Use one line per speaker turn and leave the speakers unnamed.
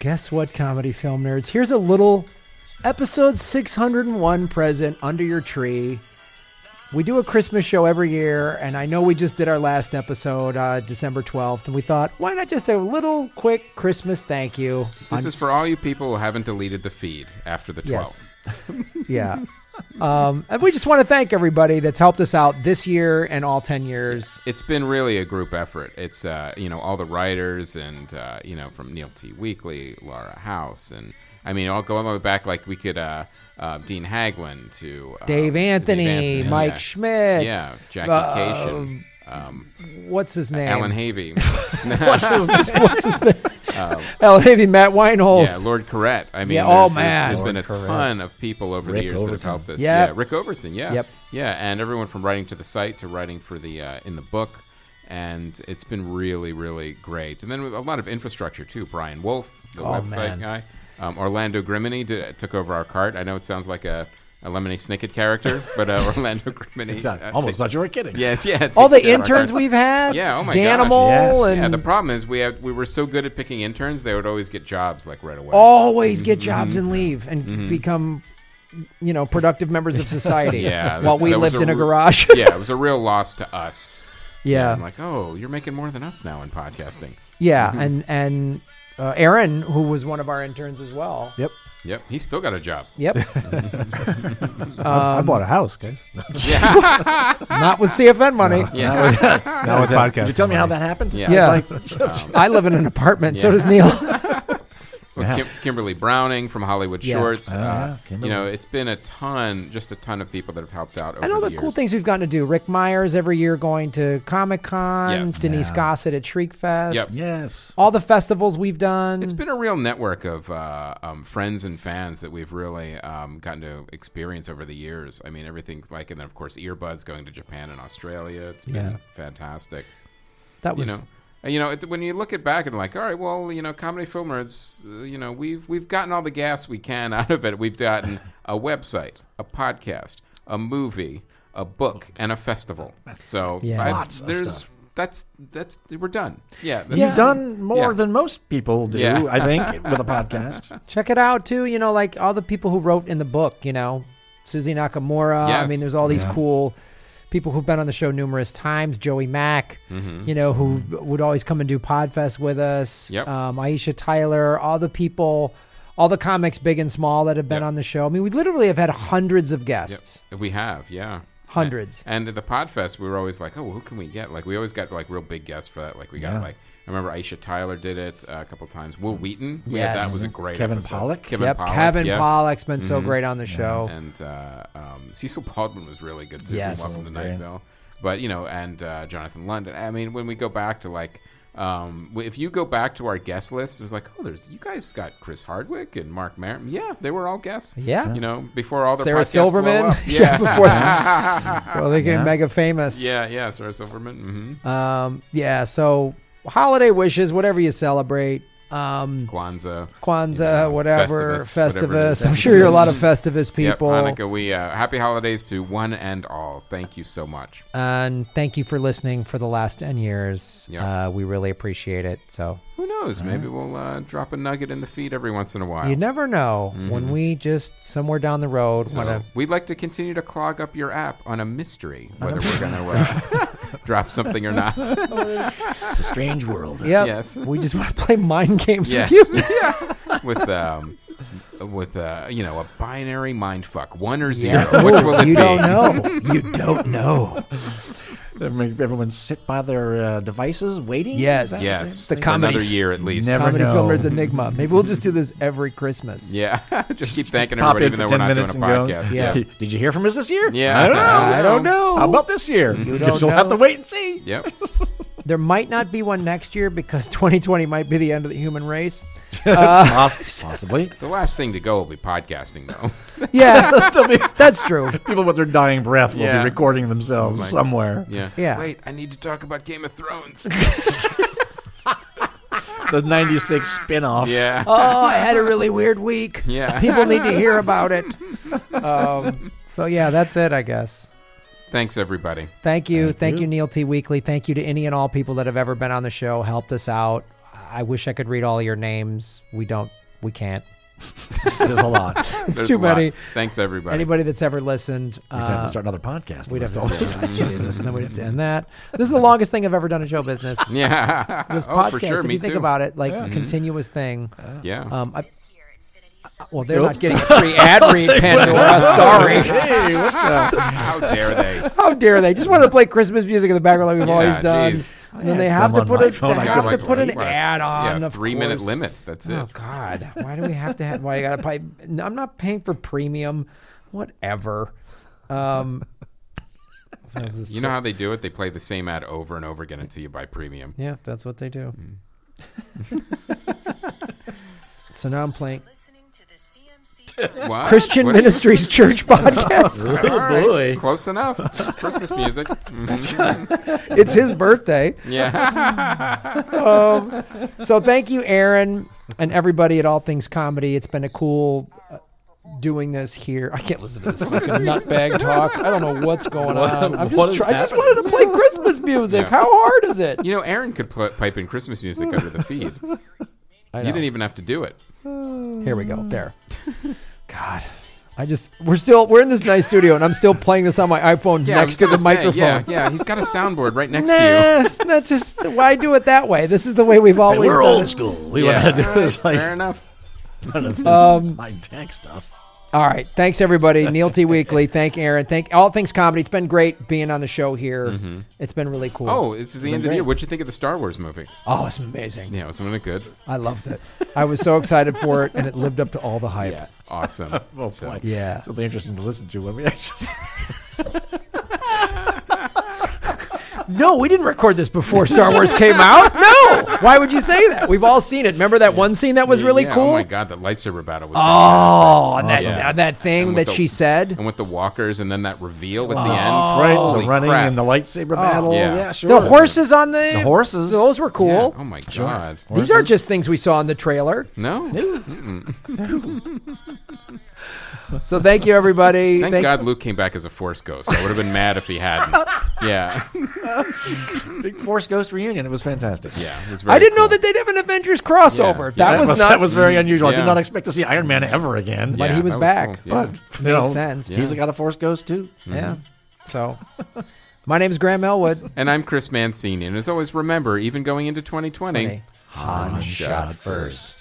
Guess what, comedy film nerds? Here's a little episode 601 present under your tree. We do a Christmas show every year, and I know we just did our last episode uh, December 12th, and we thought, why not just a little quick Christmas thank you?
This is for all you people who haven't deleted the feed after the 12th.
Yes. yeah. Um, and we just want to thank everybody that's helped us out this year and all 10 years.
It's been really a group effort. It's uh, you know all the writers and uh, you know from Neil T. Weekly, Laura House, and I mean I'll go all the way back. Like we could uh, uh, Dean Haglund to um,
Dave Anthony,
Anthony,
Mike
yeah.
Schmidt.
yeah, Jackie
uh,
Cation, um,
What's his name?
Alan Havey,
What's his, what's his name? Alan Havey, Matt Weinhold.
Uh, yeah, Lord Corrette. I mean,
Oh, Yeah,
there's,
oh, man.
there's been a
Lord Corrette.
ton of people over
Rick
the years that
Overton.
have helped us.
Yep.
Yeah, Rick Overton. Yeah,
Yep.
yeah, and everyone from writing to the site to writing for the uh, in the book, and it's been really, really great. And then with a lot of infrastructure too. Brian Wolf, the
Oh,
website
man.
guy, um, Orlando Grimini d- took over our cart. I know it sounds like a, a Lemony Snicket character, but uh, Orlando Grimini
It's not,
uh,
almost
takes-
thought you were kidding.
Yes, yeah.
all the
takes care of our
interns
cart.
we've had.
Yeah, oh my
Danimal
gosh. Yes.
and
Yeah, the problem is we have we were so good at picking interns, they would always get jobs like right away.
always
Mm-hmm.
get jobs and leave and
Mm-hmm.
become, you know, productive members of society.
Yeah,
while
that's-
we
that was
lived in a
re-
garage.
yeah, it was a real loss to us.
Yeah.
I'm like, mm-hmm. oh, you're making more than us now in podcasting.
Yeah, and and uh, Aaron, who was one of our interns as well.
Yep.
Yep, he's still got a job.
Yep,
I bought a house, guys.
not with CFN money.
Yeah,
Now with podcast.
Did you tell me how that happened?
yeah.
Yeah,
Like,
Um,
I live in an apartment. So does Neil.
Well, Kim- Kimberly Browning from Hollywood
Yeah.
Shorts.
Oh, yeah,
uh, you
Kimberly.
know, it's been a ton, just a ton of people that have helped out. Over
and all the,
the
cool
years.
things we've gotten to do. Rick Myers every year going to Comic Con.
Yes.
Denise Gossett at Shriek Fest.
Yep.
yes.
All the festivals we've done.
It's been a real network of uh, um, friends and fans that we've really um, gotten to experience over the years. I mean, everything like, and then of course, earbuds going to Japan and Australia. It's been
Yeah.
fantastic.
that
You
was
know, and, you know, it, when you look at back and like, all right, well, you know, comedy film nerds, uh, you know, we've we've gotten all the gas we can out of it. We've gotten a website, a podcast, a movie, a book, and a festival. So
Yeah.
I-
Lots of
there's
stuff.
that's that's we're done. Yeah, that's-
Yeah.
You've done
Yeah.
more than most people do,
Yeah.
I think, with a podcast.
check it out too. You know, like all the people who wrote in the book. You know, Susie Nakamura. I
Yes.
mean, there's all these cool people who've been on the show numerous times. Joey Mack, you know, who would always come and do Podfest with us.
Mm-hmm. Yep.
Um, Aisha Tyler, all the people, all the comics, big and small, that have been
Yep.
on the show. I mean, we literally have had hundreds of
Yep.
guests.
We have, yeah.
Hundreds.
And at the Podfest, we were always like, oh, who can we get? Like, we always got like real big guests for that. Like, we got
Yeah.
like, I remember Aisha Tyler did it uh, a couple times. Will Wheaton, we had-
Yes.
that was a great
Kevin
episode.
Pollak?
Kevin
yep.
Pollak,
Kevin
yep.
Pollock's been so great on the show.
And uh, um, Cecil Baldwin was really good too.
Oh. Yes.
Welcome to
Cecil's great.
Nightville. But you know, and uh, Jonathan London. I mean, when we go back to like, um, if you go back to our guest list, it was like, oh, there's you guys got Chris Hardwick and Mark Maron. Yeah, they were all guests.
Yeah.
you know, before all the
Sarah
podcasts blew
Silverman.
up.
Yeah,
Yeah,
before Well, they get mega famous.
Yeah, yeah, Sarah Silverman. Mm-hmm.
Um, yeah. So, holiday wishes, whatever you celebrate. Um,
Kwanzaa.
Kwanzaa,
you know,
whatever, Festivus.
whatever it is.
I'm sure you're a lot of Festivus
Yep,
people.
Hanukkah. We uh, happy holidays to one and all. Thank you so much.
and thank you for listening for the last 10 years.
Yeah.
Uh, we really appreciate it. So,
Who knows? Maybe we'll uh, drop a nugget in the feed every once in a while.
you never know when we just somewhere down the road
Mm-hmm. So
want to.
we'd like to continue to clog up your app on a mystery whether we're going to uh, drop something or not.
It's a strange world.
Yep.
Yes.
We just want to play mind games
yes.
with you.
Yeah. With um, with uh, you know, a binary mind fuck, one or zero. Which will it
you
be?
don't know. you don't know.
They make Everyone sit by their uh, devices waiting. Is
Yes.
that-
Yes.
The
for
comedy-
another year at least.
Never
Comedy
know.
film nerds enigma. Maybe we'll just do this every Christmas.
Yeah. Just keep thanking
Pop
everybody
in
even
for
though we're
10
not doing
minutes
a
and go.
podcast.
Yeah.
Did you hear from us this year?
Yeah.
I don't know.
I don't know.
How about this year? You
don't
will have
know.
to wait and see.
Yep.
There might not be one next year because 2020 might be the end of the human race.
Poss- Possibly.
The last thing to go will be podcasting, though.
Yeah,
There'll be-
that's true.
People with their dying breath will
Yeah.
be recording themselves
Like-
somewhere.
Yeah.
Yeah. Oh.
Wait, I need to talk about Game of Thrones.
The 96 spin off.
yeah.
Oh, I had a really weird week.
Yeah.
People need to hear about it. Um, so, yeah, that's it, I guess.
Thanks, everybody.
Thank you. Thank, you.
you.
Neil T. Weekly. Thank you to any and all people that have ever been on the show, helped us out. I wish I could read all your names. We don't We can't.
There's a lot. We'd
It's
There's
too
a lot.
many.
Thanks, everybody.
Anybody that's ever listened,
have
uh,
to start another podcast.
we'd have to
about this.
always Jesus, and then we'd have to end that. This is the longest thing I've ever done in show business.
Yeah.
This
oh,
podcast,
for sure.
if
Me
you think
too. Mm-hmm.
about it, like continuous thing.
yeah.
Um, I, well, they're not getting a free ad read, Pandora. Sorry.
Hey, what's up?
How dare they?
How dare they? Just wanted to play Christmas music in the background like we've
Yeah,
always done.
geez.
And then
I
they
had
have to
some on
put
my
a,
phone
they
I
have to
couldn't
put an
believe.
ad on.
yeah,
of
three minute
course.
limit. That's
Oh
it.
God! Why do we have to have? Why you gotta pay? I'm not paying for premium. Whatever. Um,
You know how they do it? They play the same ad over and over again until you buy premium.
yeah, that's what they do.
Mm.
so now I'm playing
What?
Christian
What are you-
Ministries Church podcast.
All right,
boy.
Close enough. It's Christmas music. Mhm.
it's his birthday.
Yeah.
So thank you, Aaron, and everybody at All Things Comedy. It's been a cool uh, doing this here. I can't listen to this fucking nutbag talk. I don't know what's going on. I'm
what
just
is
try- I just
happening?
wanted to play Christmas music.
Yeah.
How hard is it?
You know, Aaron could put, pipe in Christmas music under the feed. You
I know.
didn't even have to do it.
Here we go. There. God. I just we're still we're in this nice studio and I'm still playing this on my iPhone
Yeah, I
next
was
to the
gonna say,
microphone.
Yeah, yeah. He's got a soundboard right next to
Nah, that just why do it that way? This is the way we've
Hey,
always
we're
done
old
it.
school.
you.
We want to do
All right,
this like
fair enough.
none of this
Um,
high tech stuff.
All right. Thanks everybody. Neil T Weekly. Thank Aaron. Thank all things comedy. It's been great being on the show here. It's been really cool.
Mm-hmm. Oh, it's the end of the year. What'd you think of the Star Wars movie?
Oh, it's amazing.
Yeah, wasn't it good?
I loved it. I was so excited for it and it lived up to all the hype.
Yeah, awesome.
Well,
So-
Oh, boy.
Yeah.
Something interesting to listen to when we actually.
No, we didn't record this before Star Wars came out. No. Why would you say that? We've all seen it. Remember that one scene that was really
Yeah,
cool?
Oh my god, the lightsaber battle was.
Oh, on that,
awesome.
on that thing
And
that
with the-
she said.
and with the walkers, and then that reveal at the end,
right,
Oh,
Holy
the running
crap.
and the lightsaber battle.
Oh, Yeah.
Yeah. sure.
The horses on the
The horses.
Those were
Yeah.
cool.
Oh my god!
These are just things we saw in the trailer.
No,
So thank you, everybody.
thank God Luke came back as a Force ghost. I would have been mad if he hadn't. Yeah,
Big Force Ghost reunion. It was fantastic.
yeah. It was very
I didn't know
cool.
that they'd have an Avengers crossover.
Yeah.
That,
That
was,
was,
nuts.
that was very unusual. I
Yeah.
did not expect to see Iron Man ever again.
But
Yeah,
he was
that
back.
cool. Yeah. Mm-hmm.
But you
Made
know,
sense.
He's got a Force Ghost too.
yeah. So my name's Graham Elwood.
And I'm Chris Mancini, and as always, remember, even going into 2020,
Funny.
Han shot
first.